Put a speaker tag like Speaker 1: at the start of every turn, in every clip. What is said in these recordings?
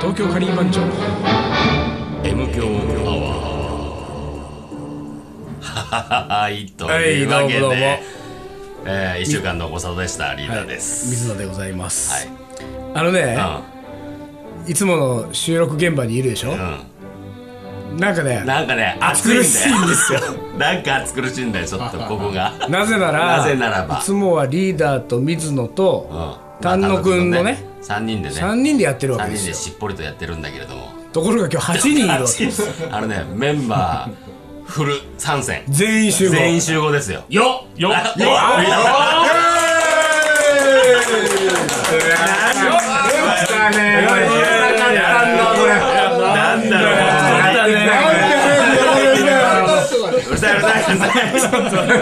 Speaker 1: 東京カリー番長
Speaker 2: M 強アワーはいと
Speaker 1: はい
Speaker 2: いうわけで、
Speaker 1: どうもどうも
Speaker 2: えー、1週間のご無沙汰でしたリーダーです
Speaker 1: 水野でございます、
Speaker 2: はい、
Speaker 1: あのね、いつもの収録現場にいるでしょ、
Speaker 2: うん、
Speaker 1: なんか
Speaker 2: うん、
Speaker 1: ね
Speaker 2: なんかね暑
Speaker 1: 暑苦
Speaker 2: いんだ
Speaker 1: しいんですよ
Speaker 2: よなんか暑苦しいんだよちょっとここがう ん
Speaker 1: なぜなら
Speaker 2: なぜなら
Speaker 1: い
Speaker 2: ば
Speaker 1: つもはリーダーと水野と丹野くんのね
Speaker 2: 3人でね
Speaker 1: 3人でやってるわ
Speaker 2: 3
Speaker 1: けで
Speaker 2: 人
Speaker 1: す
Speaker 2: で
Speaker 1: よ
Speaker 2: しっぽりとやってるんだけれども
Speaker 1: ところが今日8人いるわ け
Speaker 2: あのねメンバーフル参戦
Speaker 1: 全員集合
Speaker 2: 全員集合ですよ
Speaker 3: よよよ
Speaker 2: よよなんだろううるさいうるさいうるさい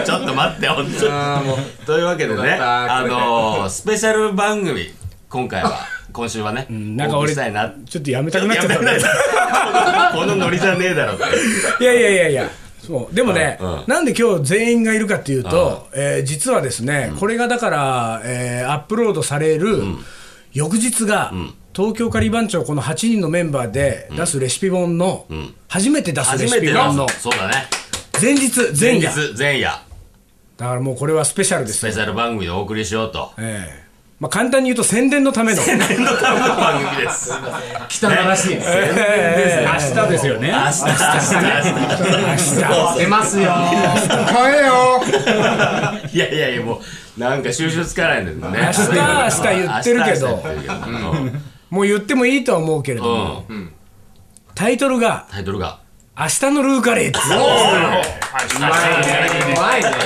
Speaker 2: ちょっと待って本 当にというわけでねあのースペシャル番組今回は今週はね
Speaker 1: なんか
Speaker 2: お送
Speaker 1: 俺
Speaker 2: りしたいな
Speaker 1: ちょっとやめたくなっちゃった
Speaker 2: やめない このノリじゃねえだろって
Speaker 1: いやいやいやいや。そうでもね、
Speaker 2: うんうん
Speaker 1: なんで今日全員がいるかっていうと、えー実はですね、これがだから、えーアップロードされる翌日が、東京カリバン長この8人のメンバーで出すレシピ本の、初めて出す
Speaker 2: 初
Speaker 1: レ
Speaker 2: め
Speaker 1: シ
Speaker 2: て
Speaker 1: ピ
Speaker 2: だ
Speaker 1: 本の
Speaker 2: そうだね
Speaker 1: 前日前
Speaker 2: 前
Speaker 1: 夜
Speaker 2: 日前夜
Speaker 1: だからもうこれはスペシャルで
Speaker 2: ス
Speaker 1: す、
Speaker 2: ペシャル番組でお送りしようと
Speaker 1: えーまあ、簡単に言うと宣伝のための
Speaker 2: 年度タの番組です明
Speaker 3: 汚らしいですね
Speaker 1: えー
Speaker 3: 明日ですよね
Speaker 2: 日 明日
Speaker 3: 出ますよ
Speaker 2: いやいやいやもうなんか収集つかないんだよね明
Speaker 1: 日明日言ってるけど
Speaker 2: 日明日言ってるけどうん
Speaker 1: もう言ってもいいとは思うけれども、
Speaker 2: うん
Speaker 1: タイトルが
Speaker 2: タイトルが
Speaker 1: 「明日のルーカレー」っていう
Speaker 3: うまいねうまいね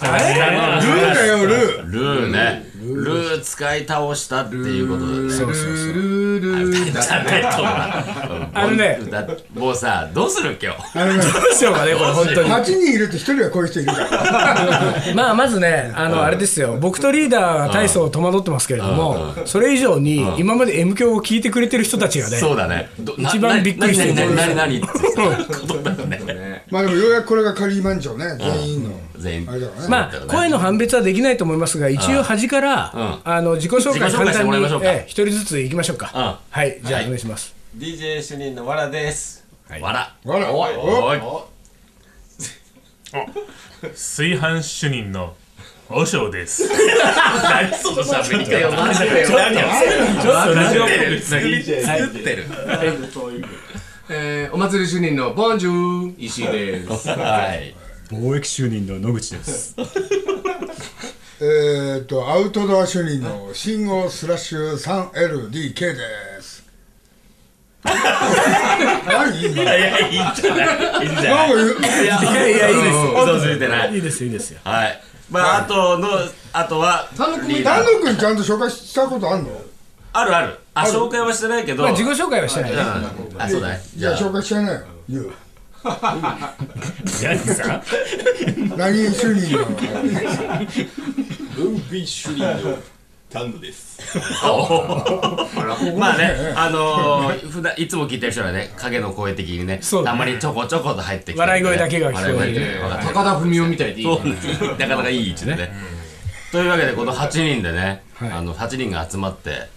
Speaker 1: あれ
Speaker 2: ルーねルー使い倒したっていうことでね
Speaker 1: そうそうそう
Speaker 2: じゃないと思う
Speaker 1: あのね
Speaker 2: だってもうさどうする今日
Speaker 1: どうしようかね、これ、本当に。
Speaker 4: 8人いると1人はこういう人いるから
Speaker 1: まあ、まずね、あの、あれですよ、僕とリーダーが大層戸惑ってますけれども、それ以上に、今まで M 響を聞いてくれてる人たちがね、
Speaker 2: そうだねどな
Speaker 1: 一番びっくりしてる
Speaker 2: 何何何何何ってことだよね
Speaker 4: まあでもようやくこれがカリーマンジョね全員の
Speaker 2: 全員
Speaker 4: あれだからね
Speaker 1: まあ、声の判別はできないと思いますが、一応端から、
Speaker 2: う
Speaker 1: あの、自己紹介
Speaker 2: 自己
Speaker 1: 簡
Speaker 2: 紹介して
Speaker 1: 単
Speaker 2: もらい
Speaker 1: に
Speaker 2: ましょう、か
Speaker 1: ええ一人ずつ行きましょうか。
Speaker 2: う
Speaker 1: はい、じゃあ
Speaker 2: はい
Speaker 1: お願いします。
Speaker 5: DJ 主任のわらです
Speaker 2: わら
Speaker 4: あらおいお
Speaker 2: おい
Speaker 3: 炊飯主任の和尚です
Speaker 2: 何その喋り方マジでよ
Speaker 3: ラジオ
Speaker 2: 作ってる
Speaker 6: えー、お祭り主任のボンジュー石井です。
Speaker 2: はい
Speaker 7: 貿易就任の野口です。
Speaker 4: えーとアウトドア主任の信号スラッシュ 3LDK です 何今
Speaker 2: いやいいんじゃないいいんじゃ
Speaker 4: な
Speaker 2: なんい
Speaker 4: か言う
Speaker 1: い
Speaker 2: いや
Speaker 1: やいや、いいです。
Speaker 2: 嘘ついてない
Speaker 1: いいです、いいですよ。
Speaker 2: はいまああとのあとはリーダー
Speaker 4: 丹野君ちゃんと紹介したことあんの
Speaker 2: あるあるあ紹介はしてないけど
Speaker 1: まあ、自己紹介はしてないね。
Speaker 2: うんあそうだね
Speaker 4: い
Speaker 2: じゃ
Speaker 4: や
Speaker 2: あ
Speaker 4: 紹介してないよ言う
Speaker 3: 何さ
Speaker 4: 何主任の
Speaker 5: 文備主任の丹野です
Speaker 2: まあね、あのー、普段いつも聞いてる人はね、影の声的にね、
Speaker 1: そうだ
Speaker 2: た
Speaker 1: ね
Speaker 2: まにちょこちょこと入ってきて、
Speaker 1: 笑い声だけが聞こえる
Speaker 2: 笑い声だけが分かってる
Speaker 6: 高田文夫みたいでいい
Speaker 2: そ
Speaker 6: ね
Speaker 2: う。なんですなかなかいい位置でね。というわけで、この8人でね、あの8人が集まって、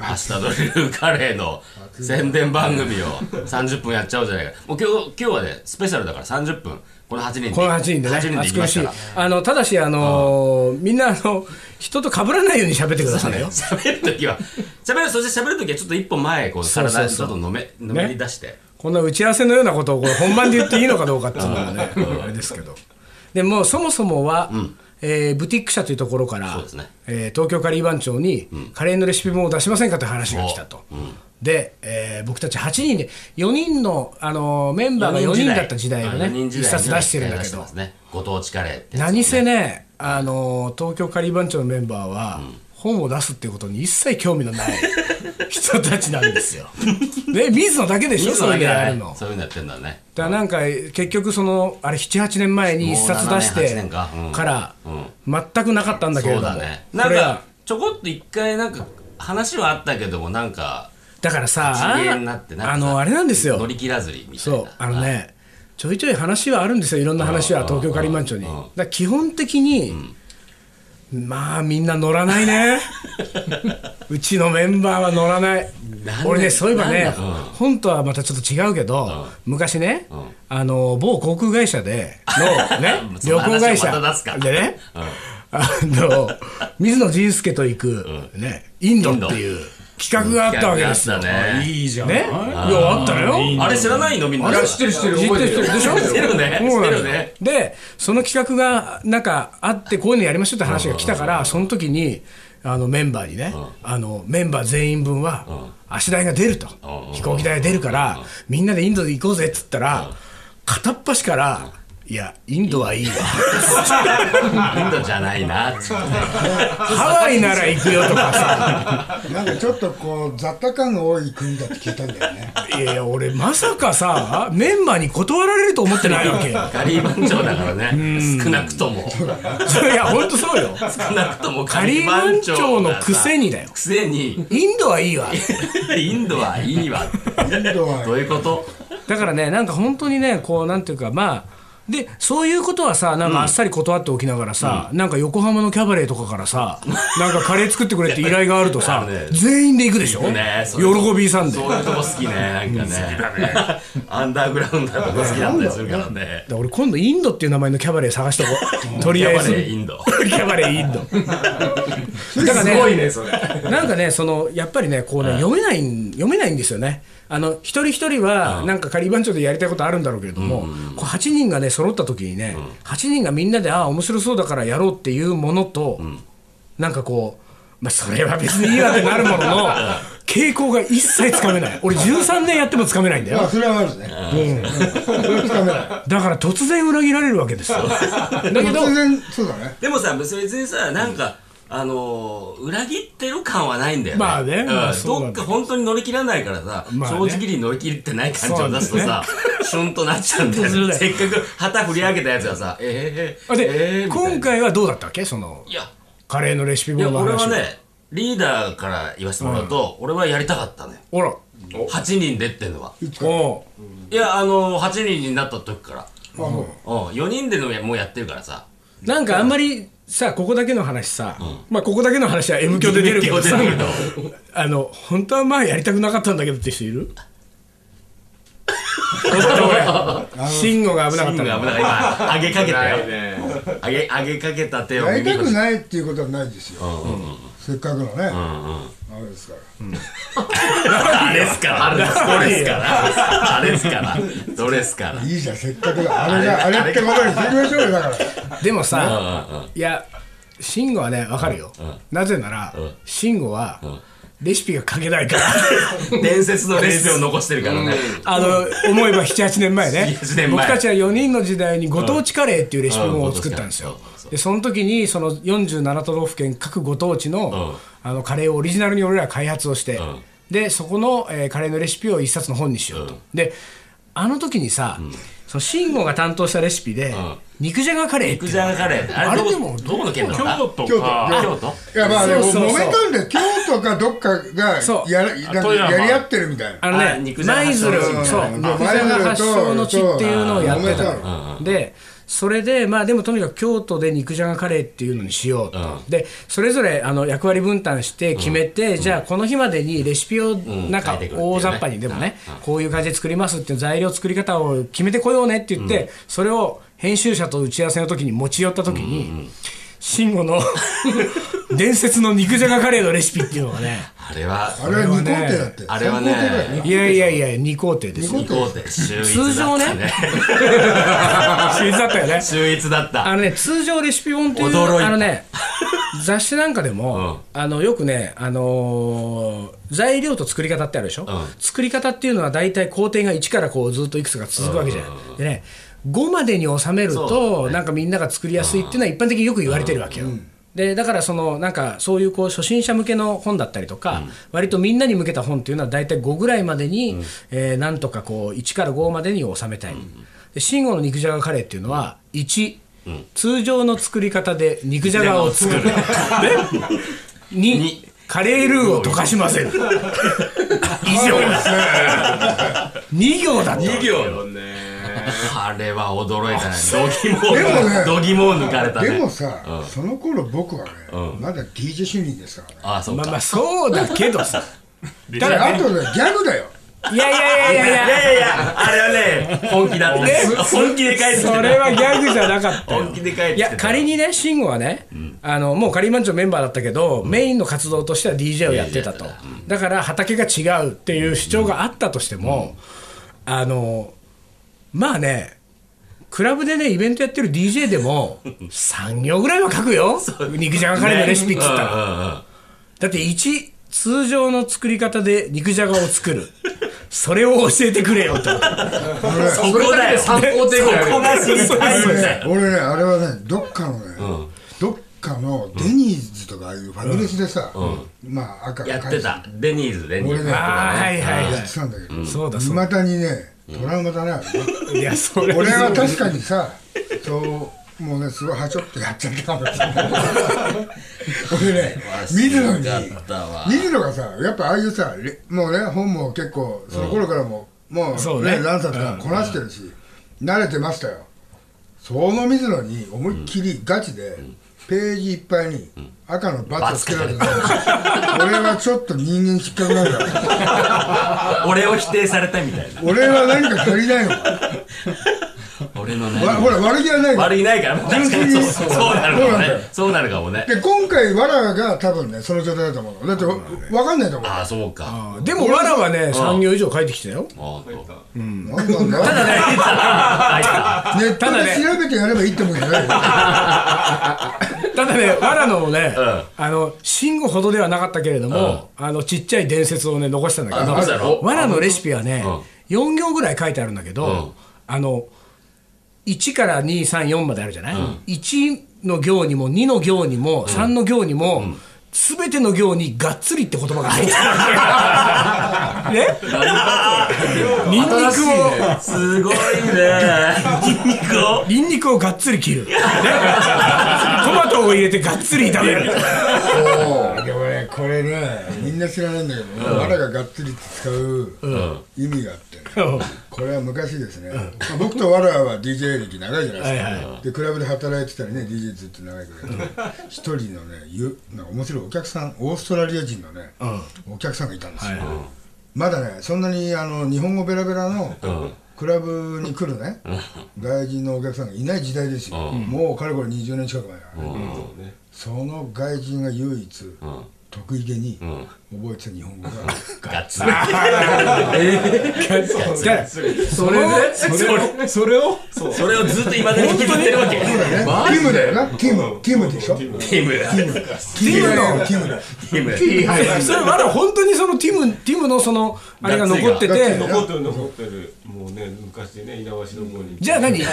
Speaker 2: 明日のルーカレーの宣伝番組を30分やっちゃおうじゃないか。もう今日今日はね、スペシャルだから30分、この8人で。
Speaker 1: この8人でね、
Speaker 2: 8人で行
Speaker 1: 暑
Speaker 2: き
Speaker 1: 苦
Speaker 2: ます
Speaker 1: し
Speaker 2: か
Speaker 1: い
Speaker 2: ら。。
Speaker 1: あの、ただし、あのー、みんな、あの、人と被らないように喋ってくださいね。
Speaker 2: 喋るときは、喋る、そして喋るときはちょっと一歩前、こう
Speaker 1: そうそう
Speaker 2: 体ち
Speaker 1: そ
Speaker 2: ょ
Speaker 1: う
Speaker 2: っとのめ、のめり出して。
Speaker 1: こんな打ち合わせのようなこと をこれ本番で言っていいのかどうかっていうのはねあれですけどでもうそもそもは、えーブティック社というところから、
Speaker 2: そうですね
Speaker 1: えー東京カリー番長に、カレーのレシピ本を出しませんかという話が来たと、で、えー僕たち8人で4人の、あのーメンバーが4人だった時代をね
Speaker 2: 4人時
Speaker 1: 一
Speaker 2: 代
Speaker 1: 冊出してるんだ
Speaker 2: 出
Speaker 1: け
Speaker 2: して
Speaker 1: ど
Speaker 2: ますねご当地カレーってやつ
Speaker 1: 何せね、あのー東京カリー番長のメンバーは、本を出すっていうことに一切興味のない人たちなんですよ。で、水野だけでしょ、
Speaker 2: そ
Speaker 1: そう
Speaker 2: う
Speaker 1: いうのやる
Speaker 2: いう
Speaker 1: の
Speaker 2: の。そういうのやってんだね
Speaker 1: だからなんか結局そのあれ78年前に一冊出し
Speaker 2: もう
Speaker 1: て
Speaker 2: 7年かうん
Speaker 1: から全くなかったんだけれ
Speaker 2: そ
Speaker 1: ど
Speaker 2: う
Speaker 1: も
Speaker 2: だねな
Speaker 1: こ
Speaker 2: ん
Speaker 1: れが
Speaker 2: かちょこっと一回なんか話はあったけどもなんか
Speaker 1: だからさ
Speaker 2: 一元になってなんかさ
Speaker 1: あのあれなんです
Speaker 2: 乗
Speaker 1: よ
Speaker 2: り切らずにみたいな
Speaker 1: そうあのねちょいちょい話はあるんですよいろんな話は東京カリーマンチョにだから基本的にまあみんな乗らない ねうちのメンバーは乗らない
Speaker 2: なんで
Speaker 1: 俺ねそういえばね
Speaker 2: なんだうん
Speaker 1: 本とはまたちょっと違うけど昔ねあの某航空会社 でのね
Speaker 2: そ
Speaker 1: 旅
Speaker 2: の
Speaker 1: 行会社
Speaker 2: 話をまた出すか
Speaker 1: でねあの水野仁介と行くねインドっていう企画があったわけですよ
Speaker 2: 企画があったね
Speaker 7: いいじゃん。
Speaker 1: ねいやあったのよ
Speaker 2: あれ知らないのみんな。
Speaker 6: あれ知ってる知ってる覚えてる
Speaker 1: 知ってる知ってるでしょ
Speaker 2: 知ってるね。知
Speaker 1: そう
Speaker 2: っ
Speaker 1: なの
Speaker 2: てる
Speaker 1: よ
Speaker 2: ね。
Speaker 1: でその企画がなんかあってこういうのやりましょうって話が来たからその時にあのメンバーにねあのメンバー全員分は足代が出ると飛行機代が出るからみんなでインドで行こうぜっつったら片っ端から「いやインドはいいわ
Speaker 2: インドじゃないな。つって
Speaker 1: ハワイなら行くよ」とかさ
Speaker 4: なんかちょっとこう雑多感が多い国だって聞いたんだよね
Speaker 1: 「いやいや俺まさかさメンバーに断られると思って ないわ けよ」
Speaker 2: ガリー番長だからね。少なく とも。
Speaker 1: いや本当そうよ
Speaker 2: 少なくとも
Speaker 1: カリー番長のくせ
Speaker 2: に。
Speaker 1: にだよ
Speaker 2: くせに、
Speaker 1: インドはいいわ
Speaker 2: インドはいいわ。
Speaker 4: インドは
Speaker 2: どういうこと
Speaker 1: だからね、なんか本当にね、こうなんていうか、まあ、でそういうことはさ、なんかあっさり断っておきながらさ、なんか横浜のキャバレーとかからさ、なんかカレー作ってくれって依頼があると
Speaker 2: あ
Speaker 1: さ
Speaker 2: るね、
Speaker 1: 全員で行くでしょ、
Speaker 2: ね
Speaker 1: 喜びさんで。
Speaker 2: そういうとこ好きね。なんかね。アンダーグラウンドなとこ好きだったりするからね。
Speaker 1: だから俺、今度、インドっていう名前のキャバレー探しとこう、とりあえず
Speaker 2: キャバレ。ーインド。
Speaker 1: キャバレーイン ド。だから
Speaker 6: すごい
Speaker 1: ね、
Speaker 6: ね、それ。
Speaker 1: なんかね、そのやっぱりね、こうね、読めないん、読めないんですよね。あの一人一人は、なんか仮番長でやりたいことあるんだろうけれども、こう8人がね、揃った時にね、8人がみんなで、ああ、面白そうだからやろうっていうものと、なんかこう、まあ、それは別にいいわってなるもの の、傾向が一切つかめない、俺、13年やってもつかめないんだ
Speaker 4: まあ
Speaker 1: よ、
Speaker 4: それはあるねうんそれはつかめない
Speaker 1: だから突然裏切られるわけですよ。だ けど
Speaker 4: 突然そうだね
Speaker 2: でもさ、別にさ、なんか、あのー、裏切ってる感はないんだよね。
Speaker 1: まあね
Speaker 2: うん
Speaker 1: まあそうな
Speaker 2: どっ
Speaker 1: んだけど
Speaker 2: か本当に乗り切らないからさ、
Speaker 1: まあね
Speaker 2: 正直に乗り切ってない感じを出すと
Speaker 1: そう
Speaker 2: さ、シュンとなっちゃうんだ
Speaker 1: シュン
Speaker 2: よ
Speaker 1: と
Speaker 2: ね。
Speaker 1: する
Speaker 2: せっかく旗振り上げたやつがさ、えー、えー、
Speaker 1: あで、
Speaker 2: えーみたいな
Speaker 1: 今。回はどうだったっけその
Speaker 2: いや、
Speaker 1: カレーのレシピ
Speaker 2: いや
Speaker 1: 本の
Speaker 2: 俺
Speaker 1: 話
Speaker 2: はね、リーダーから言わせてもらうと、俺はやりたかったのよ。
Speaker 1: ほら
Speaker 2: 8人でってのは。
Speaker 1: お
Speaker 2: いや、あのー、8人になった時から。
Speaker 4: まあそう
Speaker 2: うん、4人でのやもうやってるからさ。
Speaker 1: うなんかあんまりさここだけの話さ、まあここだけの話は M 響で出るけどさ
Speaker 2: 出るけど
Speaker 1: あの本当はまあやりたくなかったんだけどって人い るちょっとごめん慎吾が危なかっ
Speaker 2: 危
Speaker 1: た
Speaker 2: ない
Speaker 1: な
Speaker 2: 危ない。今、上げかけた
Speaker 6: ない
Speaker 2: よ。
Speaker 6: ね。
Speaker 2: 上げ、上げかけた手を
Speaker 4: やり
Speaker 2: 耳
Speaker 4: た
Speaker 2: 越
Speaker 4: く
Speaker 2: し
Speaker 4: ないっていうことはないですよせっかくのねあれですから
Speaker 2: あれっすから、あれですから、あれですから、どれっすから。
Speaker 4: いいじゃんせっかくだあれがあれってことにしていきましょうよだから
Speaker 1: でもさ、いや慎吾はねわかるよ、なぜなら慎吾は、レシピが書けないから
Speaker 2: 伝説のレシピを残してるからね。
Speaker 1: あの思えば78年前ね
Speaker 2: 7年前
Speaker 1: 僕たちは4人の時代にご当地カレーっていうレシピ本を作ったんです
Speaker 2: うん
Speaker 1: よ
Speaker 2: うんご当地カレーそうそうそう
Speaker 1: でその時にその47都道府県各ご当地の,、あのカレーをオリジナルに俺ら開発をして、でそこの、えーカレーのレシピを一冊の本にしようと、であの時にさ、その慎吾が担当したレシピで、肉じゃがカレーって
Speaker 2: 肉
Speaker 1: いう
Speaker 2: じ
Speaker 1: の
Speaker 2: ゃ
Speaker 1: が
Speaker 2: がカレーって、あ
Speaker 1: あ
Speaker 2: れ
Speaker 1: れ
Speaker 2: ど
Speaker 1: で
Speaker 2: こ
Speaker 1: も、
Speaker 2: どこの県だった
Speaker 3: 京都
Speaker 4: 京都
Speaker 3: か
Speaker 2: 京都
Speaker 4: いやまあね、
Speaker 1: そうそうそう
Speaker 4: 揉めたんで京都かどっかが
Speaker 1: そう
Speaker 4: やらなんか
Speaker 3: 富山
Speaker 4: やり合ってるみたいな
Speaker 1: あの
Speaker 2: あ
Speaker 1: ね
Speaker 2: 肉、じゃが
Speaker 1: 舞鶴、
Speaker 2: 発祥
Speaker 1: そう、
Speaker 2: の地
Speaker 4: うん
Speaker 1: 肉じゃが発祥の地っていうのをやってた
Speaker 4: う
Speaker 1: ので、それで、まあでもとにかく京都で肉じゃがカレーっていうのにしようと、で、それぞれあの役割分担して決めて、じゃあこの日までにレシピをなん
Speaker 2: 書
Speaker 1: か
Speaker 2: いてくるっていうね
Speaker 1: 大雑把に、でもね、こういう感じで作りますっていう材料作り方を決めてこようねって言って、それを編集者と打ち合わせの時に持ち寄った時に、慎吾 の伝説の肉じゃがカレーのレシピっていうのが ね、
Speaker 2: あれは、
Speaker 4: あれは二工程だって
Speaker 2: あれはね、
Speaker 1: いやいやいや、二工程ですよ
Speaker 2: 行こうって、
Speaker 1: 通
Speaker 2: 秀逸だ
Speaker 1: 常
Speaker 2: っ
Speaker 1: ね
Speaker 2: たね。
Speaker 1: 秀逸だったよね。
Speaker 2: 秀逸だっ
Speaker 1: あ
Speaker 2: た。
Speaker 1: のね、通常レシピ本という、
Speaker 2: 驚いた
Speaker 1: あのね、雑誌なんかでも、あのよくね、あのー材料と作り方ってあるでしょ、作り方っていうのは大体工程が1からこうずっといくつか続くわけじゃない、でね、5までに収める
Speaker 2: そ
Speaker 1: と、なんかみんなが作りやすいっていうのは一般的によく言われてるわけよ。でだからそのなんかそういうこう初心者向けの本だったりとか、割とみんなに向けた本っていうのは大体5ぐらいまでに、えーなんとかこう1から5までに収めたい、で慎吾の肉じゃがカレーっていうのは1、通常の作り方で肉じゃがを作る2
Speaker 2: に
Speaker 1: カレールーを溶かしませる 以上2行だった
Speaker 2: 2行。
Speaker 6: ね
Speaker 2: あれは驚いたね。どぎも
Speaker 4: でもね、
Speaker 2: どぎもを抜かれたね。
Speaker 4: でもさ、その頃僕はね、まだ DJ 主任ですからね。
Speaker 2: ああ、そう
Speaker 1: まあま
Speaker 2: か
Speaker 1: あ。そうだけど さ
Speaker 3: た
Speaker 4: あとね、ギャグだよ。
Speaker 1: いやいやいやいやい
Speaker 2: いやいやいや、あれはね、本気だった。本気で返
Speaker 1: や
Speaker 2: す。
Speaker 1: それはギャグじゃなかったよ
Speaker 2: 本気で返って
Speaker 1: い
Speaker 2: きてた
Speaker 1: や仮にね慎吾はね、あのもうカリーマンチョのメンバーだったけど、メインの活動としては DJ をやってたと、だから畑が違うっていう主張があったとしても、あのまあねクラブでねイベントやってる DJ で も3行ぐらいは書くよ肉じゃがカレーのレシピっつったら、だって1通常の作り方で肉じゃがを作るそれを教えてくれよと
Speaker 2: そ
Speaker 6: それ
Speaker 2: こ
Speaker 6: だ
Speaker 2: だ
Speaker 6: けで
Speaker 2: よ。
Speaker 6: 参考程度や
Speaker 2: そこが知りたいんだよ。
Speaker 4: 俺ね、あれはね、どっかのね、どっかのデニーズとかああいうファミレスでさ、まあ赤
Speaker 2: やってた。デニーズ、デニー
Speaker 4: 俺
Speaker 2: ズ。
Speaker 4: ね、
Speaker 1: ああはいはいは
Speaker 4: や
Speaker 1: い
Speaker 4: ってたんだけど、
Speaker 1: そうだ
Speaker 4: い
Speaker 1: そうだ
Speaker 4: まだにね、トラウマだな。
Speaker 1: いやそれ
Speaker 4: 俺は確かにさ、そう、もうね、すごいはちょっとやっちゃったかもしれない。俺ね、見るのに、水野がさやっぱああいうさレもうね本も結構その頃からも、も
Speaker 1: そう
Speaker 4: う
Speaker 1: ね
Speaker 4: ね何冊かこなしてるし、慣れてましたよその水野に思いっきりガチで、ページいっぱいに赤のバツつけられてた俺はちょっと人間失格なんだ
Speaker 2: 俺を否定されたみたいな。
Speaker 4: 俺は何か足りないのか
Speaker 2: 俺の
Speaker 4: わほ
Speaker 2: ね。
Speaker 4: ら悪気はないの
Speaker 2: 悪いないから、確かにそうそうなるかもね。そうなるかもね。
Speaker 4: で今回わらが多分ねその状態だと思うのだってわわかんないと思う
Speaker 2: ああ、そうか。
Speaker 1: でもわらはね3行以上書いてきたよ
Speaker 2: あーと
Speaker 4: なんなんだただ ね
Speaker 2: 入った
Speaker 4: ネットで調べてやればいいってもんじゃないよ
Speaker 1: ただね、わらのもね、
Speaker 2: ん
Speaker 1: あの、慎吾ほどではなかったけれども、あの、ちっちゃい伝説をね、残したんだけど、
Speaker 2: 残したの
Speaker 1: わらのレシピはね
Speaker 2: うん、
Speaker 1: 4行ぐらい書いてあるんだけど、
Speaker 2: ん
Speaker 1: あの、1から2、3、4まであるじゃない、?1 の行にも2の行にも3の行にも、すべての行にがっつりって言葉が入ってる。ね ニンニク
Speaker 6: 新しいね
Speaker 1: を、
Speaker 2: すごいね。筋肉を。
Speaker 1: ニンニクをがっつり切る。ねトマトを入れてがっつり炒める。
Speaker 4: でもねこれねみんな知らないんだけど、ねわらががっつりって使う意味があってね、
Speaker 1: うん
Speaker 4: これは昔ですね、まあ僕とわらは DJ 歴長いじゃないですか、でクラブで働いてたらね DJ ずっと長いけど一人のねゆなんか面白いお客さんオーストラリア人のね、お客さんがいたんですよ、まだねそんなにあの日本語ベラベラの、クラブに来るね外人のお客さんがいない時代ですよ、もうかれこれ20年近く前だから、その外人が唯一、得意げに覚えてた日 本語が、
Speaker 2: ガッツ
Speaker 1: じゃあそれ
Speaker 5: それそれをそう
Speaker 2: それをずっと今でに引きずってるわけ。
Speaker 4: ティムだよなティムティムでしょティム
Speaker 2: ティム。
Speaker 4: ティムだよティムだよ
Speaker 2: ティム。
Speaker 1: それまだ本当にそのティムティムのそのあれが残って
Speaker 4: ガッツリ
Speaker 1: て
Speaker 4: が
Speaker 5: 残ってる残ってるもうね昔ね稲橋の方に
Speaker 1: じゃあ何じゃ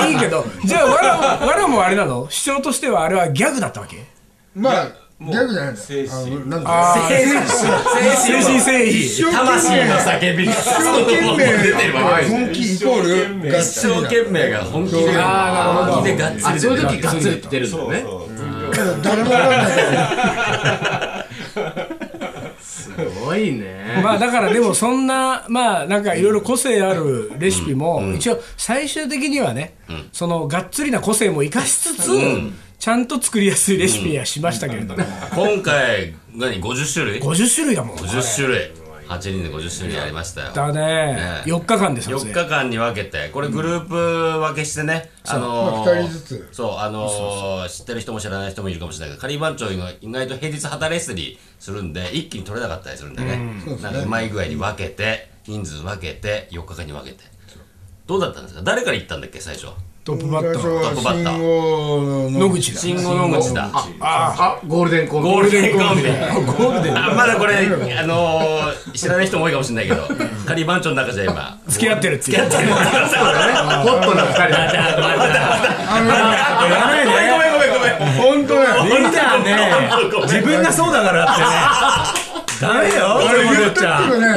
Speaker 1: あいいけどじゃあわらもわらもあれなの主張としてはあれはギャグだったわけ
Speaker 4: まあギ
Speaker 5: もう
Speaker 4: ャグじゃないんだ
Speaker 5: 精神
Speaker 4: あのなんだ
Speaker 2: 精神、精
Speaker 1: 精
Speaker 2: 神
Speaker 1: 神誠意
Speaker 2: 魂の叫びがその
Speaker 4: 一生懸
Speaker 2: まま
Speaker 4: 命
Speaker 2: 出てるわけです
Speaker 4: 本気イコールガッ
Speaker 2: 一
Speaker 4: ツリ
Speaker 2: 生懸命が本気で本気でガッツ
Speaker 6: あ
Speaker 2: リ
Speaker 6: そういう
Speaker 2: 出て
Speaker 6: 時
Speaker 2: る
Speaker 6: ガッツリ出るんだよ
Speaker 5: そう
Speaker 6: ね
Speaker 5: そう
Speaker 4: 誰もわかんないけど
Speaker 6: すごいね
Speaker 1: まあだからでもそんなまあなんかいろいろ個性あるレシピも一応最終的にはねそのがっつりな個性も生かしつつちゃんと作りやすいレシピにはしましたけれども
Speaker 2: 今回何50種類
Speaker 1: 50種類だもん
Speaker 2: 50種類8人で50種類やりましたよ
Speaker 1: だね
Speaker 2: ね
Speaker 1: 4日間で撮影
Speaker 2: 4日間に分けてこれグループ分けしてね、あの
Speaker 4: まあ二人ずつ
Speaker 2: そうあのー知ってる人も知らない人もいるかもしれないけどカリー番長が意外と平日働いてたりするんで一気に取れなかったりするんでね、なんかうまい具合に分けて人数分けて4日間に分けてどうだったんですか誰から行ったんだっけ最初
Speaker 1: トップバ
Speaker 4: 最
Speaker 1: ッター
Speaker 4: 初は信号の
Speaker 1: 野口だ
Speaker 2: 信号の口だ
Speaker 6: ああゴールデンコンビ
Speaker 2: ゴールデンコンビでゴールデンまだこれあのー知らない人も多いかもしれないけどカリー番長の中じゃ今
Speaker 1: 付き合ってるっていう
Speaker 2: そうだね
Speaker 6: ホットな2人だ
Speaker 2: やめねごめんごめんごめん
Speaker 4: 本当だよ
Speaker 7: リーダーね、自分がそうだからってね。ダメよ、俺も
Speaker 4: 言っ
Speaker 7: っち
Speaker 4: た
Speaker 7: ゃ
Speaker 4: けど
Speaker 7: ん。
Speaker 4: ね、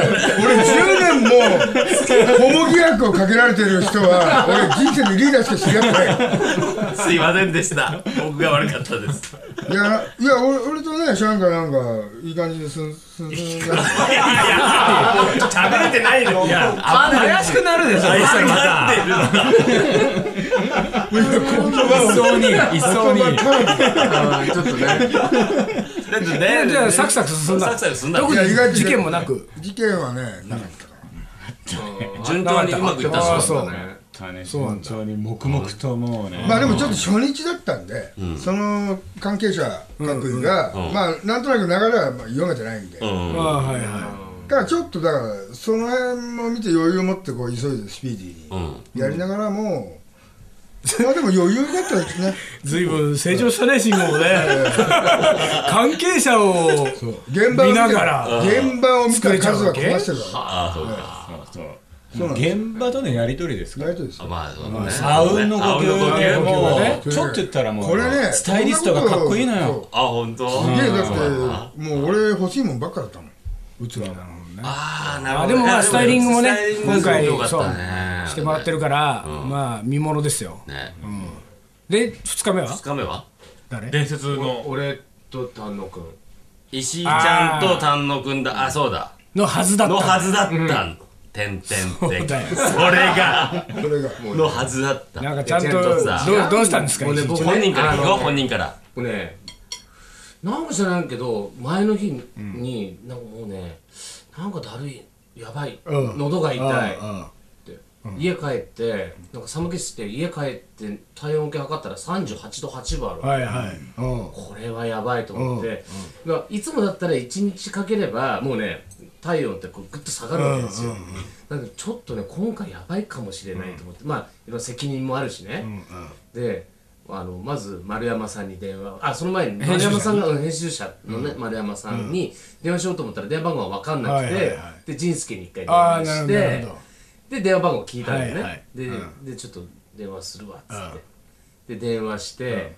Speaker 4: 俺10年も、ホモ疑惑をかけられてる人は、俺人生でリーダーしか知り合ってない。
Speaker 2: すいませんでした。僕が悪かったです。
Speaker 4: いや、いや俺俺とね、シャンカなんか、いい感じですん、すん、すん、
Speaker 7: 食べれてないのいや
Speaker 6: あ
Speaker 7: 怪しくなるでしょそしたらまた一層に一層に
Speaker 6: ーちょっとね
Speaker 2: だってね
Speaker 1: じゃあサクサク進んだ
Speaker 2: サクサク進んだ
Speaker 1: 特
Speaker 4: いや意外と
Speaker 1: に事件もなく
Speaker 4: 事件はね、なかったか
Speaker 2: 順当にうまくいった
Speaker 1: あー
Speaker 2: っす
Speaker 1: そ
Speaker 2: よ
Speaker 1: う
Speaker 7: そう本当に黙々ともうね
Speaker 4: ら。まあでもちょっと初日だったんで、その関係者各位が、まあなんとなく流れはまあ読めてないんで、だ
Speaker 1: あーはいは
Speaker 4: からちょっとだから、その辺も見て余裕を持ってこう急いでスピーディー
Speaker 2: うん
Speaker 4: にやりながらも、まあでも余裕だったですね。
Speaker 1: いずいぶん成長したね慎吾もね関係者を
Speaker 4: 現場を
Speaker 1: 見
Speaker 4: 見た
Speaker 1: ながら
Speaker 4: 現場を見た数はこなしてるか
Speaker 2: ああそうか
Speaker 7: そう現場とのやり取りです
Speaker 4: ら。
Speaker 7: か
Speaker 4: ライトですよ。
Speaker 2: まあそうね
Speaker 7: あうんの呼
Speaker 2: あうんの呼吸
Speaker 7: 吸
Speaker 2: も
Speaker 7: もうちょっと言ったらもう
Speaker 4: これね、
Speaker 7: スタイリストがかっこいいの
Speaker 4: そんな
Speaker 7: よ
Speaker 4: こと。
Speaker 2: あ本当
Speaker 4: そうすげえだって、もう俺欲しいもんばっかだったもん。うちは。
Speaker 2: ああなる
Speaker 1: あ
Speaker 2: ほど
Speaker 1: でもまあスタイリングもね今回
Speaker 2: よかっ
Speaker 1: そう
Speaker 2: たね
Speaker 1: してもらってるからまあ見ものですよ
Speaker 2: ね
Speaker 1: で2日目は
Speaker 2: 2日目は
Speaker 1: 誰
Speaker 3: 伝説の
Speaker 6: 俺と丹野くん
Speaker 2: 石井ちゃんと丹野くんだあそうだ
Speaker 1: のはずだった
Speaker 2: の
Speaker 1: の
Speaker 2: はずだったんてんてんて
Speaker 1: そうんだよ
Speaker 2: それが
Speaker 4: これが。
Speaker 2: のはずだった
Speaker 1: なんかちゃんと
Speaker 6: ちゃ
Speaker 1: ど
Speaker 6: んと
Speaker 1: う
Speaker 2: さ
Speaker 1: どうしたんですか
Speaker 6: もうね
Speaker 1: 一日
Speaker 6: 僕
Speaker 2: 本人から
Speaker 6: あの
Speaker 2: 聞こう本人から
Speaker 6: 僕ねなんか知らないけど前の日に、なんかもうねなんかだるいやばい、
Speaker 1: うん
Speaker 6: 喉が痛いっ
Speaker 1: あ
Speaker 6: て、家帰ってなんか寒気して家帰って体温計測ったら38度8分ある、
Speaker 1: あはいはいうん
Speaker 6: これはやばいと思って、だからいつもだったら1日かければもうね体温ってこうグッと下がるわけですよ、なんでちょっとね今回やばいかもしれないと思って、まあいろいろ責任もあるしね、であのまず丸山さんに電話あその前に丸山さんがうん編集者のね、丸山さんに電話しようと思ったら電話番号が分かんなくて、
Speaker 1: はいはいはい
Speaker 6: で仁助に一回電
Speaker 1: ああ
Speaker 6: 話
Speaker 1: なる
Speaker 6: し
Speaker 1: ほどなる
Speaker 6: て
Speaker 1: ほど
Speaker 6: で電話番号聞いたんだよね、
Speaker 1: はいはい
Speaker 6: で,、でちょっと電話するわっつって、で電話して、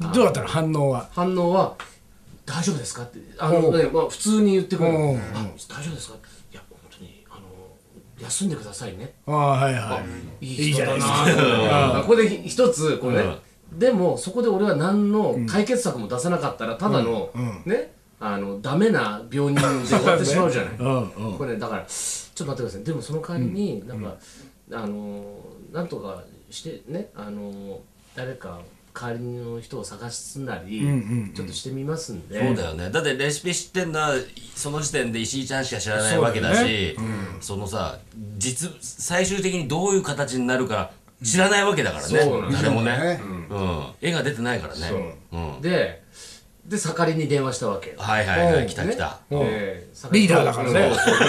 Speaker 1: どうだったの反応は
Speaker 6: 反応は「大丈夫ですか?」ってあの、ねまあ、普通に言ってくる
Speaker 1: おう
Speaker 6: の「あ大丈夫ですか?」いや本当にあの休んでくださいね
Speaker 1: ああはいは」
Speaker 6: い
Speaker 1: いい
Speaker 6: い
Speaker 1: じ
Speaker 6: 人
Speaker 1: ゃない
Speaker 6: だ
Speaker 1: で
Speaker 6: な
Speaker 1: す
Speaker 6: あここで一つこうね、でもそこで俺は何の解決策も出さなかったらただの、ねあのダメな病人で終わってしまうじゃない、
Speaker 1: いうんうん
Speaker 6: これねだからちょっと待ってくださいでもその代わりになんか、あのーなんとかしてねあのー誰か代わりの人を探すなり、ちょっとしてみますんで
Speaker 2: そうだよねだってレシピ知ってんだその時点で石井ちゃんしか知らないわけだしそのさ実最終的にどういう形になるか知らないわけだからね
Speaker 6: そうなんだ
Speaker 2: 誰もね
Speaker 4: ね
Speaker 2: うん絵が出てないからねうん
Speaker 6: でで盛りに電話したわけよ
Speaker 2: はいはいはい来た来た
Speaker 6: ねで盛
Speaker 1: リ
Speaker 6: り
Speaker 1: ーダーだからねリ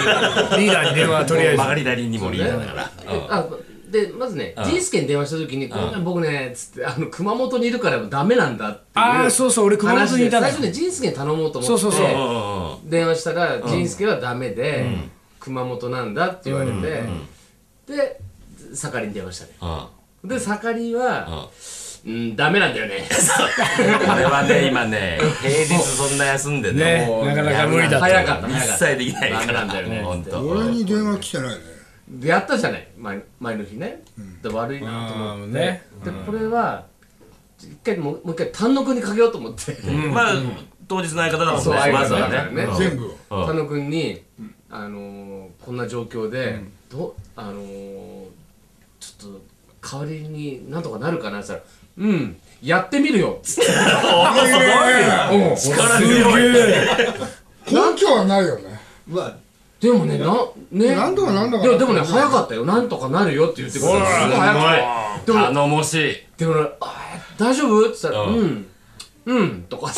Speaker 1: ーダーに電話とりあえず
Speaker 2: 曲がりなりにもリーダーだからうん
Speaker 6: あでまずね、ジンスケに電話した時に「ごめん僕ね」つってあの熊本にいるからダメなんだっていう
Speaker 1: あーそうそう俺熊本にいたの
Speaker 6: 話で最初ねジンスケに頼もうと思って
Speaker 1: そうそうそう
Speaker 2: うんうんうん
Speaker 6: 電話したら仁助はダメで、熊本なんだって言われて、で盛りに電話したね
Speaker 2: うん
Speaker 6: で盛りはうん、ダメなんだよね
Speaker 2: 俺はね今ね平日そんな休んでね
Speaker 1: ね
Speaker 2: もう
Speaker 1: なかなか無理だった
Speaker 6: 早かった
Speaker 2: 一
Speaker 6: 早かった
Speaker 2: 切できないから
Speaker 6: ダメなんだよね
Speaker 2: 本当
Speaker 4: 俺に電話来てないね。
Speaker 6: でやったじゃない前前の日ね、で悪いなと思って、
Speaker 1: ね
Speaker 6: でこれは一回もうもう一回単独にかけようと思って、
Speaker 2: まあ当日の相方だもん
Speaker 6: そう
Speaker 2: ね
Speaker 6: 相
Speaker 2: まず
Speaker 6: 方
Speaker 2: は
Speaker 6: だから
Speaker 2: ね
Speaker 6: ね
Speaker 4: 全部を。
Speaker 2: うん
Speaker 6: 佐野君に、あのーこんな状況で、どあのーちょっと代わりになんとかなるかなって言ったら「うんやってみるよ」つってうん
Speaker 2: 力強い
Speaker 4: 根拠はないよね。
Speaker 5: まあ
Speaker 6: でもねなね
Speaker 4: なんとかなんだか
Speaker 6: いやでもね早かったよなんとかなるよって言ってくれたのすごい早かったでもね
Speaker 2: 頼もしい
Speaker 6: でもねあー大丈夫?」って言ったら「
Speaker 2: うん
Speaker 6: うん」うんとか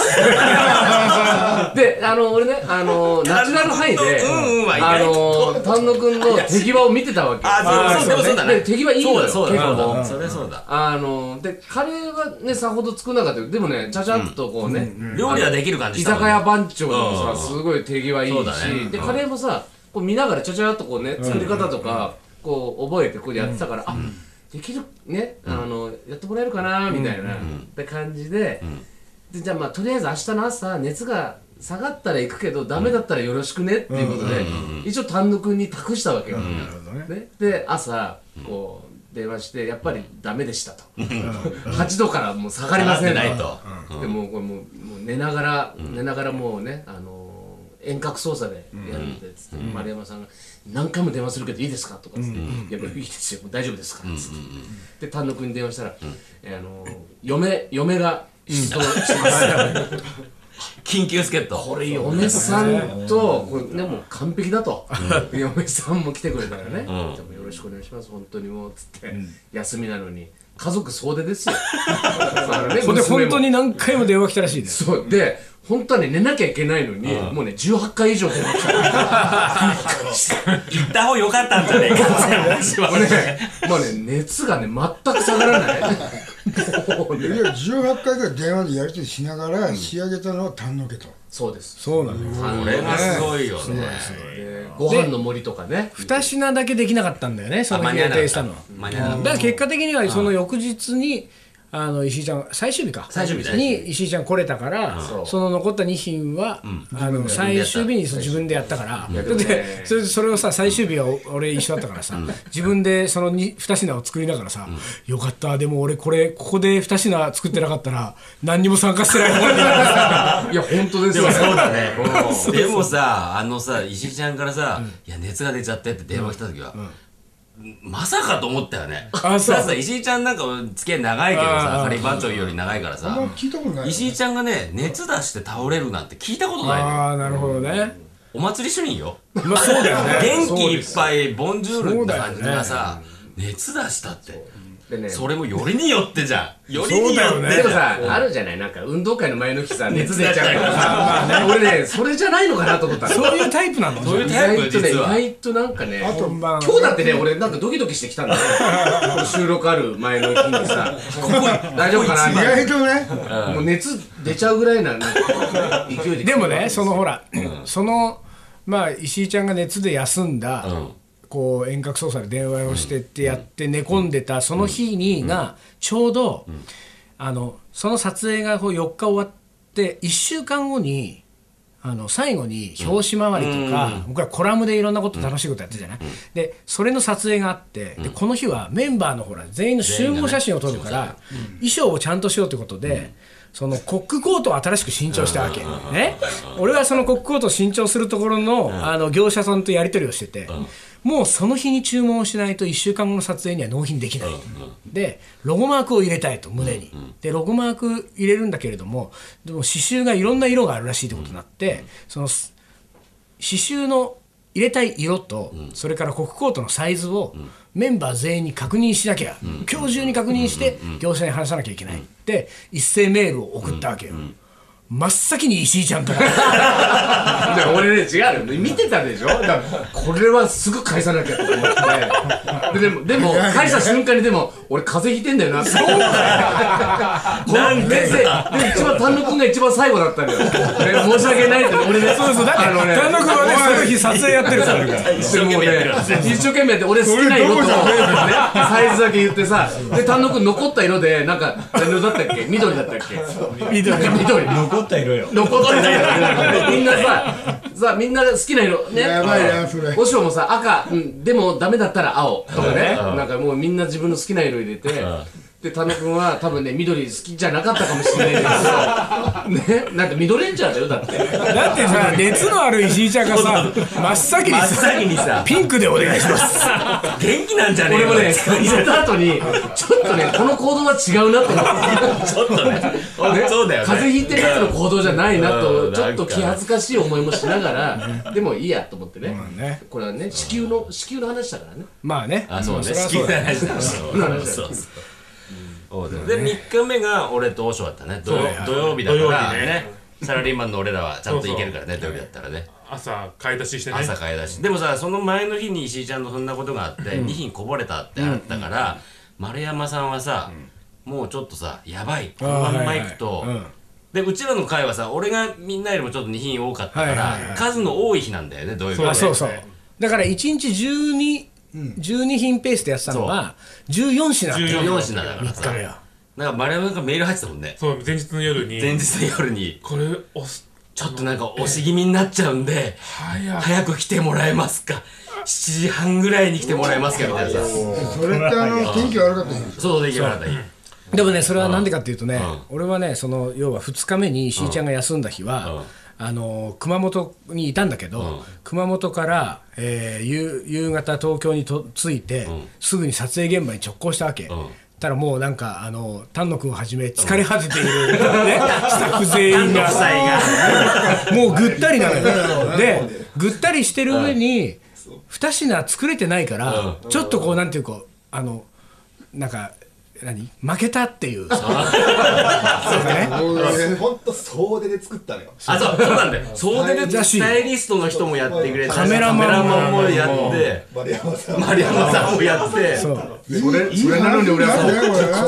Speaker 6: であの俺ねあのナチュラルハイで
Speaker 2: うんうんは意
Speaker 6: あ
Speaker 2: 外と
Speaker 6: の丹野くんの手際を見てたわけ
Speaker 2: あそうそうでもそうだね
Speaker 6: で手際いいの
Speaker 2: そう
Speaker 6: よ
Speaker 2: だそうだ
Speaker 6: 結
Speaker 2: そうだ
Speaker 6: 構
Speaker 2: それそうだ
Speaker 6: あのでカレーはねさほど作んなかったけどでもねちゃちゃっとこうね
Speaker 2: 料理はできる感じし
Speaker 6: 居
Speaker 2: たもん
Speaker 6: 酒屋番長も
Speaker 2: うん
Speaker 6: さすごい手際いい
Speaker 2: そ
Speaker 6: し
Speaker 2: うだね
Speaker 6: で
Speaker 2: うん
Speaker 6: カレーもさこう見ながらちゃちゃっとこうね作り方とかこう覚えてこうやってたからあできるねあのやってもらえるかなみたいなって感じででじゃあまあとりあえず明日の朝熱が下がったら行くけどダメだったらよろしくねっていうことで一応丹野くんに託したわけよ。ねで朝こう電話してやっ ぱりダメでしたと8度からもう下がりません
Speaker 2: 上がってないと
Speaker 6: でもうこれもうもう寝ながら、寝ながらもうね、あのー遠隔操作でやるんでつって、丸山さんが何回も電話するけどいいですかとかつって、いやいいですよもう大丈夫ですからつって、で丹野君に電話したら、えーあのー嫁嫁が出動してます、
Speaker 2: 緊急助っ人
Speaker 6: これ嫁さんとこれねもう完璧だと、嫁さんも来てくれたからね、でもよろしくお願いします本当にもうつって、休みなのに家族総出 ですよあのね
Speaker 1: ほんで
Speaker 6: 娘も
Speaker 1: 本当に何回も電話来たらしいです
Speaker 6: そうで本当はね寝なきゃいけないのに、もう ね18回以上電話来た
Speaker 7: 行った方よかったんじゃねえかって話は
Speaker 6: もうねもうね熱がね全く下がらないもう
Speaker 4: いや
Speaker 6: ね
Speaker 4: いや18回ぐらい電話でやり取りしながら仕上げたのは丹野家と
Speaker 6: そうです
Speaker 1: そうなのよ
Speaker 2: これがすごいよね
Speaker 6: でご飯の森とかね
Speaker 1: 2品だけできなかったんだよねそ
Speaker 2: あ
Speaker 1: の
Speaker 2: 間
Speaker 1: 日
Speaker 2: に
Speaker 1: 予
Speaker 2: 合わなか
Speaker 1: 定
Speaker 2: っ
Speaker 1: した
Speaker 2: た
Speaker 1: のは
Speaker 2: 間に合わなか
Speaker 1: だ
Speaker 2: っ
Speaker 1: から結果的にはその翌日にあの石井ちゃん最終日か
Speaker 2: 最終日だ
Speaker 1: に石井ちゃん来れたから
Speaker 6: そう
Speaker 1: その残った2品はあの最終日にそう自分でやったからだ
Speaker 6: や
Speaker 1: っ
Speaker 6: でもね
Speaker 1: てそれそれをさ最終日はお俺一緒だったからさ自分でその 2, 品を作りながらさよかったでも俺これここで2品作ってなかったら何にも参加してないもんになる
Speaker 6: いや本当です
Speaker 2: で
Speaker 6: よ
Speaker 2: もそうだね
Speaker 6: うん
Speaker 2: でもさあのさ石井ちゃんからさ「いや熱が出ちゃって」って電話来た時はまさかと思ったよね
Speaker 1: あそう
Speaker 2: だってさ石井ちゃんなんか付き合い長いけど
Speaker 1: あ
Speaker 2: さ
Speaker 1: ー
Speaker 2: カリバン長より長いから
Speaker 4: あん
Speaker 2: さ
Speaker 4: ま聞いたことないよね
Speaker 2: 石井ちゃんがね熱出して倒れるなんて聞いたことないのよ
Speaker 1: ああなるほどね
Speaker 2: お祭り主任よ
Speaker 1: まあそうだよね
Speaker 2: 元気いっぱいボンジュールって感じがさ熱出したって
Speaker 6: でね
Speaker 2: それもよりによってじゃんより
Speaker 1: そう
Speaker 2: によっ
Speaker 1: だよ
Speaker 2: て
Speaker 1: ね
Speaker 6: で
Speaker 2: じ
Speaker 6: も
Speaker 2: ゃん
Speaker 6: さ、あるじゃないなんか運動会の前の日さ熱出ちゃうからさ 俺ねそれじゃないのかなと思ったの
Speaker 1: そういうタイプなの
Speaker 2: そういう
Speaker 6: 意
Speaker 2: タイプ
Speaker 6: 外とね意
Speaker 2: 実は
Speaker 6: 外となんかね
Speaker 4: あと
Speaker 1: まあ
Speaker 6: 今日だってね俺なんかドキドキしてきたんだよこの収録ある前の日にさ大丈夫かな
Speaker 4: 意
Speaker 6: みたい
Speaker 4: 外とね
Speaker 6: なもう熱出ちゃうぐらいななんか勢いで
Speaker 1: でもねそのほら、そのまあ石井ちゃんが熱で休んだ、
Speaker 2: ん
Speaker 1: こう遠隔操作で電話をしてってやって寝込んでたその日にがちょうど、あのその撮影がこう4日終わって1週間後に。あの最後に表紙回りとか、僕はコラムでいろんなこと楽しいことやってたじゃない、でそれの撮影があって、でこの日はメンバーのほら全員の集合写真を撮るから、衣装をちゃんとしようってことで、そのコックコートを新しく新調したわけ、ね、俺はそのコックコートを新調するところの,、あの業者さんとやり取りをしてて、もうその日に注文をしないと1週間後の撮影には納品できない、でロゴマークを入れたいと胸に、でロゴマーク入れるんだけれどもでも刺繍がいろんな色があるらしいってことになって、その刺繍の入れたい色と、それからコックコートのサイズをメンバー全員に確認しなきゃ、今日中に確認して業者に話さなきゃいけないって一斉メールを送ったわけよ、真っ先に石井ちゃんから
Speaker 6: だから俺ね違うの見てたでしょだからこれはすぐ返さなきゃと思ってででもでも返した瞬間にでも俺風邪ひいてんだよなそうだよなんでで一番丹野くんが一番最後だったんだよ、ね、申し訳ないけど俺ねそうそうだって
Speaker 1: 単独はねその日撮影やってるから
Speaker 6: でもね、一生懸命やって、俺好きな色と、ね、サイズだけ言ってさ、で、丹野くん残った色で、なんか、何色だったっけ緑だったっけ緑。緑。
Speaker 7: 残った色よ
Speaker 6: 残ってたよみんなささみんな好きな色ね
Speaker 4: やばいなそれ
Speaker 6: おしもさ赤、うん、でもダメだったら青とかねなんかもうみんな自分の好きな色入れてで田野君は多分ね緑好きじゃなかったかもしれない けどねなんかミドレンジャーだよだって
Speaker 1: だってさ熱のある石井ちゃんがさ真っ先に
Speaker 2: 真っ
Speaker 1: さ
Speaker 2: 先にさ
Speaker 1: ピンクでお願いします
Speaker 2: 元気なんじゃねえ
Speaker 6: 俺
Speaker 2: よ
Speaker 6: も ね入れた後にちょっとねこの行動は違うなって思って
Speaker 2: ちょっとね
Speaker 6: ね
Speaker 2: そうだよね
Speaker 6: 風邪ひいてるやつの行動じゃないな
Speaker 2: う
Speaker 6: と
Speaker 2: ん
Speaker 6: ちょっと気恥ずかしい思いもしながらでもいいやと思ってね
Speaker 1: ね
Speaker 6: これはね子宮の子宮の話だからね
Speaker 1: まあね
Speaker 2: あそうね
Speaker 1: れは
Speaker 2: 好き
Speaker 1: そうだ
Speaker 2: な
Speaker 1: よ
Speaker 2: 話だそう
Speaker 6: な話だ
Speaker 2: そうそうそうで3日目が俺と和尚だったね土土曜日だ
Speaker 3: 土曜
Speaker 2: から
Speaker 3: 日ね
Speaker 2: ねサラリーマンの俺らはちゃんと行けるからね土曜日だったらね
Speaker 3: 朝買い出ししてね
Speaker 2: 朝買い出しでもさその前の日に石井ちゃんのそんなことがあって2品こぼれたってあったから丸山さんはさもうちょっとさやばいこのまんまいくと
Speaker 1: はいはいはいうん
Speaker 2: でうちらの会はさ俺がみんなよりもちょっと2品多かったか
Speaker 1: はいはいは
Speaker 2: ら
Speaker 1: い
Speaker 2: 数の多い日なんだよね土曜日は
Speaker 1: あ
Speaker 2: ね
Speaker 1: そうそうだから1日12、12品ペースでやってたのが14品だった
Speaker 2: 14品だから
Speaker 1: 3
Speaker 2: さ
Speaker 1: 日目は
Speaker 2: なんか丸山君がメール入ってたもんね
Speaker 3: そう前日の夜に
Speaker 2: 前日の夜に
Speaker 3: これ押す
Speaker 2: ちょっとなんか押し気味になっちゃうんで
Speaker 3: 早い
Speaker 2: 早く来てもらえますか7時半ぐらいに来てもらえますかみたいなさ
Speaker 4: それってあの天気悪かった日
Speaker 2: そうできなかった日
Speaker 1: でもねそれはなんでかっていうとね、俺はねその要は2日目にしーちゃんが休んだ日は、あの熊本にいたんだけど、熊本から、えー夕夕方東京にと着いて、すぐに撮影現場に直行したわけ。たらもうなんかあの丹野君をはじめ疲れ果てている、ね、スタッフ全 員が もうぐったりなのよでぐったりしてる上に2品作れてないから、ちょっとこうなんていうかあのなんか何負けたって いうそうかね
Speaker 5: ほんと総出で作ったのよ
Speaker 2: あ、そう、そうなんだよ。総出でスタイリストの人もやってくれたし、カメラマンもやって、
Speaker 5: 丸山さん
Speaker 2: 丸山さんもやって、
Speaker 1: そう
Speaker 4: それそれなのに俺は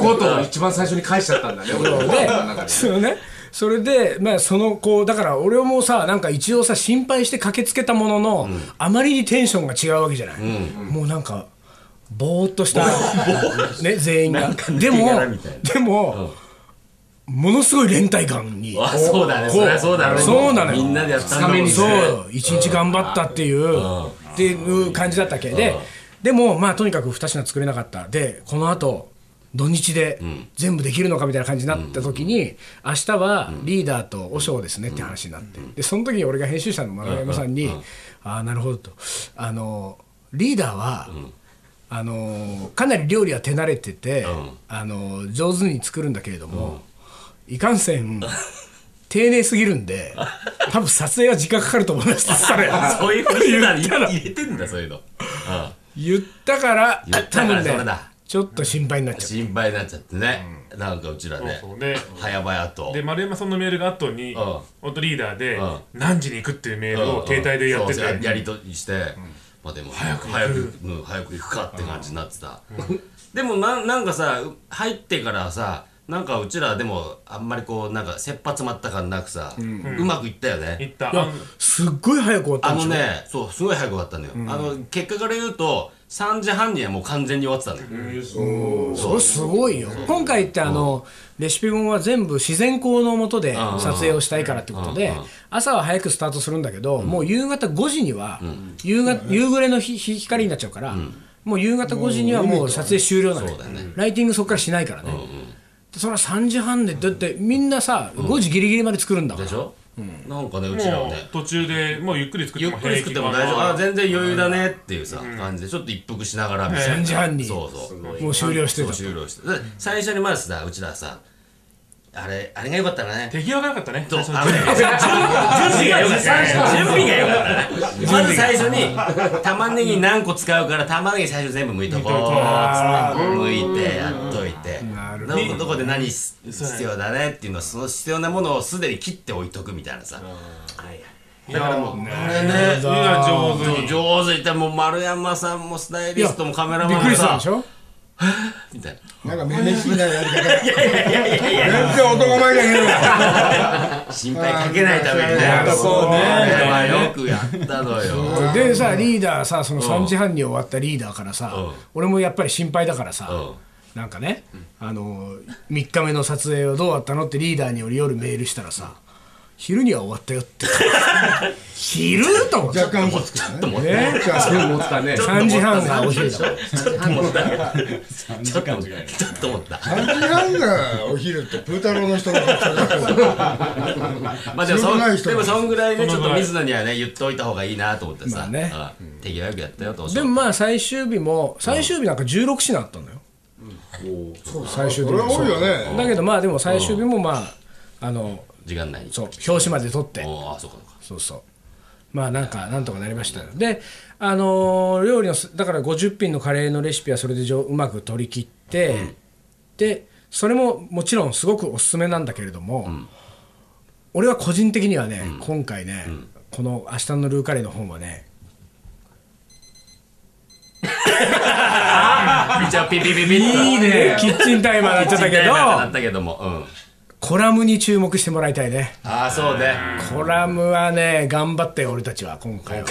Speaker 6: コートを一番最初に返しちゃったんだね、 俺は。
Speaker 1: で、そのね、それで、まあ、その、こう、だから、俺もさ、なんか一応さ、心配して駆けつけたものの、あまりにテンションが違うわけじゃない。もうなんか、ぼーっとした、ね、全員が。でも
Speaker 2: 柄みたい、
Speaker 1: でも、ものすごい連帯感に。
Speaker 2: あ、そうだね。そりゃそうだろ
Speaker 1: そうなのよ
Speaker 2: みんなでやったんだもんね。
Speaker 1: そうよ一日頑張ったっていう、っていう感じだったっけででもまあとにかく2品作れなかったでこのあと土日で全部できるのかみたいな感じになった時に、明日はリーダーと和尚ですねって話になって、でその時に俺が編集者の丸山さんに、ああなるほどとあのリーダーは、あのかなり料理は手慣れてて、あの上手に作るんだけれども、いかんせん丁寧すぎるんで多分撮影は時間かかると思います って言ったの
Speaker 2: そう
Speaker 1: よ
Speaker 2: いうふうに入れてんだ、そういうの。
Speaker 1: 言ったから
Speaker 2: 言ったか
Speaker 1: 多
Speaker 2: らそれ
Speaker 1: 分ね
Speaker 2: だ
Speaker 1: ちょっと心配になっちゃっ
Speaker 2: 心配になっちゃってね。なんかうちらね
Speaker 3: そうそうで、
Speaker 2: 早々と。
Speaker 3: で丸山さんのメールが後に
Speaker 2: ん
Speaker 3: 本当リーダーで
Speaker 2: ん
Speaker 3: 何時に行くっていうメール
Speaker 2: うんう
Speaker 3: を
Speaker 2: ん
Speaker 3: 携帯でやってて
Speaker 2: そうややりとりして、まあでも早く早くうん早く行くかって感じになってた、でもなんなんかさ入ってからさなんかうちらでもあんまりこうなんか切羽詰まった感なくさ、うまくいったよ
Speaker 3: 行っ
Speaker 2: ね
Speaker 3: た
Speaker 1: たいやすっごい早く終わった
Speaker 2: あ
Speaker 1: んで
Speaker 2: の
Speaker 1: しょ
Speaker 2: ねそうすごい早く終わったのよ、あの結果から言うと3時半にはもう完全に終わってたのよ、
Speaker 1: それすごいよ今回ってあのレシピ本は全部自然光の下で撮影をしたいからってことで朝は早くスタートするんだけどもう夕方5時には夕が夕暮れの日日光になっちゃうからもう夕方5時にはもう撮影終了なのよライティングそこからしないからねでそれは3時半でだってみんなさ5時ギリギリまで作るんだから
Speaker 2: でしょ、なんかねうちら
Speaker 3: も
Speaker 2: も
Speaker 3: う
Speaker 2: ね
Speaker 3: 途中でもうゆっくり作って
Speaker 2: ゆっ
Speaker 3: も
Speaker 2: くり作っても大丈夫あ全然余裕だねっていうさ、感じでちょっと一服しながらみたいな、
Speaker 1: 3時半に
Speaker 2: そうそう
Speaker 1: もう終了して
Speaker 2: そ
Speaker 1: た
Speaker 2: う終了してだ最初にまずさうちらさあれあれが良かったね
Speaker 3: 手際が良かったね
Speaker 2: そう
Speaker 3: 最初の
Speaker 2: あのね準備が良か ったね準備が良かったねまず最初に玉ねぎ何個使うから玉ねぎ最初全部剥いとこう
Speaker 3: 剥いとこう
Speaker 2: つって剥いてやっといて
Speaker 1: る
Speaker 2: どこどこで何す必要だねっていうのはその必要なものをすでに切って置いとくみたいなさだからもうこれね
Speaker 3: 手が上手に
Speaker 2: 上手に言ったらもう丸山さんもスタイリストもカメラ
Speaker 1: びっ
Speaker 2: マン
Speaker 1: く
Speaker 2: も
Speaker 1: りした
Speaker 2: さ
Speaker 1: でしょ
Speaker 2: みたいな
Speaker 4: なんかめめしいなやり方全然男前じゃねえわ
Speaker 2: 心配かけないためにね。そうね。まあよくやったのよ。
Speaker 1: でさリーダーさその3時半に終わったリーダーからさ、
Speaker 2: うん
Speaker 1: 俺もやっぱり心配だからさ、
Speaker 2: うん
Speaker 1: なんかね、あの3日目の撮影はどうだったのってリーダーに俺夜メールしたらさ昼には終わったよって昼と思って
Speaker 4: 若干落ち着くね
Speaker 1: ね
Speaker 6: 思ったね。
Speaker 1: 3時半がお昼だ
Speaker 2: ちょっと思った。ちょっと思った。ちょっと思った。
Speaker 4: 3時半がお昼ってプータローの人が
Speaker 2: まあでもそ
Speaker 4: 強くない
Speaker 2: ん
Speaker 4: 人
Speaker 2: でもそんぐらいねち
Speaker 3: そ
Speaker 2: ょ
Speaker 3: の
Speaker 2: っ
Speaker 3: ぐ
Speaker 2: と
Speaker 3: らい
Speaker 2: 水野にはね言っといた方がいいなと思ってさ。
Speaker 1: まあね
Speaker 2: うん。手際よくやったよと。
Speaker 1: でもまあ最終日も最終日なんか16品あったんだよ、最終日
Speaker 4: それは多いよ
Speaker 1: そう
Speaker 4: ね
Speaker 1: だけどまあでも最終日もまああの
Speaker 2: 時間内に。
Speaker 1: そう表紙まで撮って
Speaker 2: おーあそうかそうか。
Speaker 1: そうそうまあなんかなんとかなりましたよであのー料理のすだから50品のカレーのレシピはそれでじょうまく取り切って、でそれももちろんすごくおすすめなんだけれども、俺は個人的にはね、今回ね、この「明日のルーカレー」の本はね
Speaker 2: 一応ピピピピい
Speaker 1: いいねキッチンタイマーになっちゃったけ
Speaker 2: なっ
Speaker 1: ど
Speaker 2: たけども。うん。
Speaker 1: コラムに注目してもらいたいね
Speaker 2: ああそうね。
Speaker 1: コラムはね頑張ったよ俺たちは今回は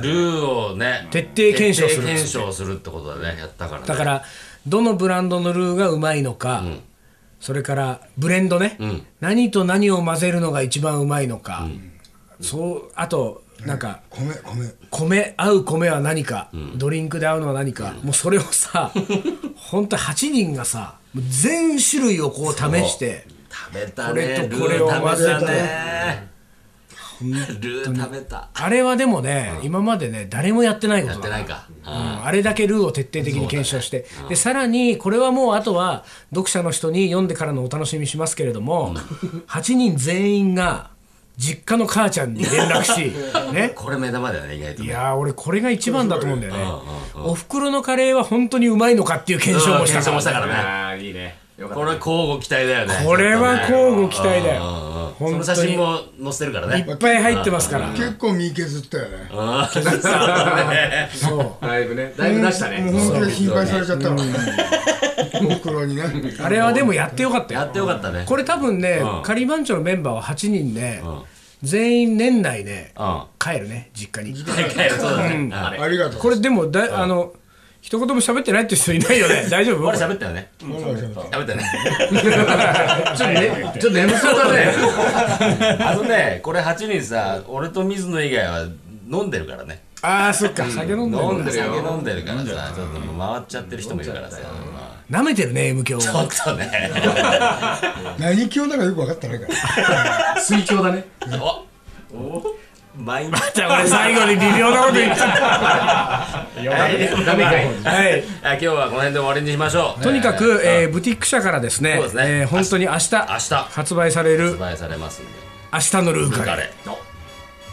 Speaker 2: ルーをね
Speaker 1: 徹底検証する
Speaker 2: 徹底検証するってことだねやったからね。
Speaker 1: だからどのブランドのルーがうまいのか、それからブレンドね、何と何を混ぜるのが一番うまいのか、そうあとなんか
Speaker 4: 米米
Speaker 1: 米合う米は何か、ドリンクで合うのは何か、もうそれを さ本当8人がさもう全種類をこう試して
Speaker 2: 食べた
Speaker 1: こ
Speaker 2: ね
Speaker 1: れ
Speaker 2: ル
Speaker 1: と
Speaker 2: ー
Speaker 1: これを
Speaker 2: 食べた
Speaker 1: 混ぜ
Speaker 2: ねルー食べた
Speaker 1: あれはでもね、今までね誰もやってないこと
Speaker 2: や
Speaker 1: だ
Speaker 2: ってないか
Speaker 1: うんあれだけルーを徹底的に検証して、でさらにこれはもうあとは読者の人に読んでからのお楽しみしますけれども、8人全員が実家の母ちゃんに連絡し、 ね、
Speaker 2: これ目玉だよね意外と
Speaker 1: い
Speaker 2: ね
Speaker 1: やー俺これが一番だと思うんだよね、おふくろのカレーは本当にうまいのかっていう検証もしたか
Speaker 2: 検証も
Speaker 1: ら
Speaker 2: したからね
Speaker 6: ああいいねよか
Speaker 2: こ
Speaker 6: っ
Speaker 2: れ交互期待だよね
Speaker 1: これは
Speaker 2: ちょっ
Speaker 1: 交互期待だよ
Speaker 2: とねその
Speaker 1: 本
Speaker 2: 写
Speaker 1: 当に
Speaker 2: 真
Speaker 1: いっ
Speaker 2: も載せてるからね
Speaker 1: ぱい入ってますから
Speaker 4: 結構身削ったよね
Speaker 1: そう
Speaker 6: ただいぶねだいぶ出した
Speaker 4: もう
Speaker 6: ね
Speaker 4: 本当に心配されちゃったのお袋にね
Speaker 1: あれはでもやってよかった
Speaker 2: やっ
Speaker 1: よ
Speaker 2: てよかったね
Speaker 1: これ多分ね
Speaker 2: うん
Speaker 1: 仮番長のメンバーは8人ね
Speaker 2: ん
Speaker 1: 全員年内ね
Speaker 2: うん
Speaker 1: 帰るね実家に
Speaker 2: 一回やるそうだねあれ
Speaker 4: ありがとう
Speaker 1: これでもだあの一言も喋ってないって人いないよね大丈夫
Speaker 2: 俺喋ったよね喋ったよね
Speaker 6: ちょっとねちょっと眠そうだね
Speaker 2: あのね、これ8人さ、俺と水野以外は飲んでるからね。
Speaker 1: ああそっか酒飲んで
Speaker 2: 飲
Speaker 1: る
Speaker 2: んでる酒飲んでるからさ、ちょっともう回っちゃってる人もいるからさ。まあ
Speaker 1: なめてるね M 響
Speaker 2: ちょっとね。
Speaker 4: 何教だかよく分かってないから
Speaker 6: 水郷だね
Speaker 2: お毎日。
Speaker 1: 俺最後に微妙なこと言っちゃ っ
Speaker 6: ダメかい
Speaker 1: たはい
Speaker 2: あ今日はこの辺で終わりにしましょう。
Speaker 1: とにかく、
Speaker 2: えー
Speaker 1: えーブティック社からですね
Speaker 2: そうですね
Speaker 1: えー本当に明日
Speaker 2: 明日
Speaker 1: 発売される
Speaker 2: 発売されますんで、
Speaker 1: 明日のルーカ
Speaker 2: カ
Speaker 1: レー
Speaker 2: レーの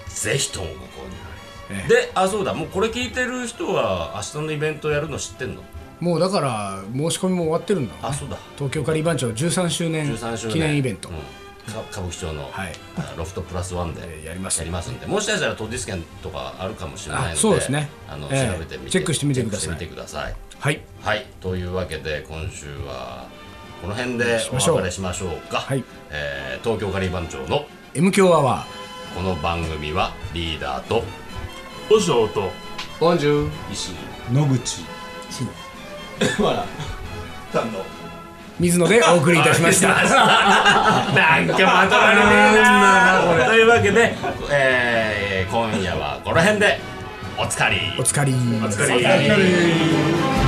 Speaker 2: ぜひともご購入。で、あ、そうだ、もうこれ聞いてる人は明日のイベントやるの知ってんの
Speaker 1: もうだから申し込みも終わってるんだ
Speaker 2: あ、そうだ。
Speaker 1: 東京カリー番長13周年
Speaker 2: 13周年
Speaker 1: 記念イベント、
Speaker 2: うんか歌舞伎町の、
Speaker 1: はい
Speaker 2: あロフトプラスワンで
Speaker 1: ーやります
Speaker 2: やりますんでもしかしたら当日券とかあるかもしれないので
Speaker 1: あそうですね
Speaker 2: あの、
Speaker 1: ええ
Speaker 2: 調べてみて
Speaker 1: チェックしてみてください
Speaker 2: チェックしてみてください
Speaker 1: はい
Speaker 2: はいというわけで今週はこの辺でお
Speaker 1: ましょう
Speaker 2: 別れしましょうか
Speaker 1: はい
Speaker 2: えー東京カリー番長の
Speaker 1: 「M 強アワ
Speaker 2: この番組はリーダーと
Speaker 3: おしょうと
Speaker 6: ボンジュール
Speaker 5: 石井
Speaker 4: 野口
Speaker 5: まださんの
Speaker 1: ー」水野でお送りいたしま した
Speaker 2: なんかまとまりねえなというわけで、えー今夜はこの辺でおつかり
Speaker 1: おつかり
Speaker 2: おつかり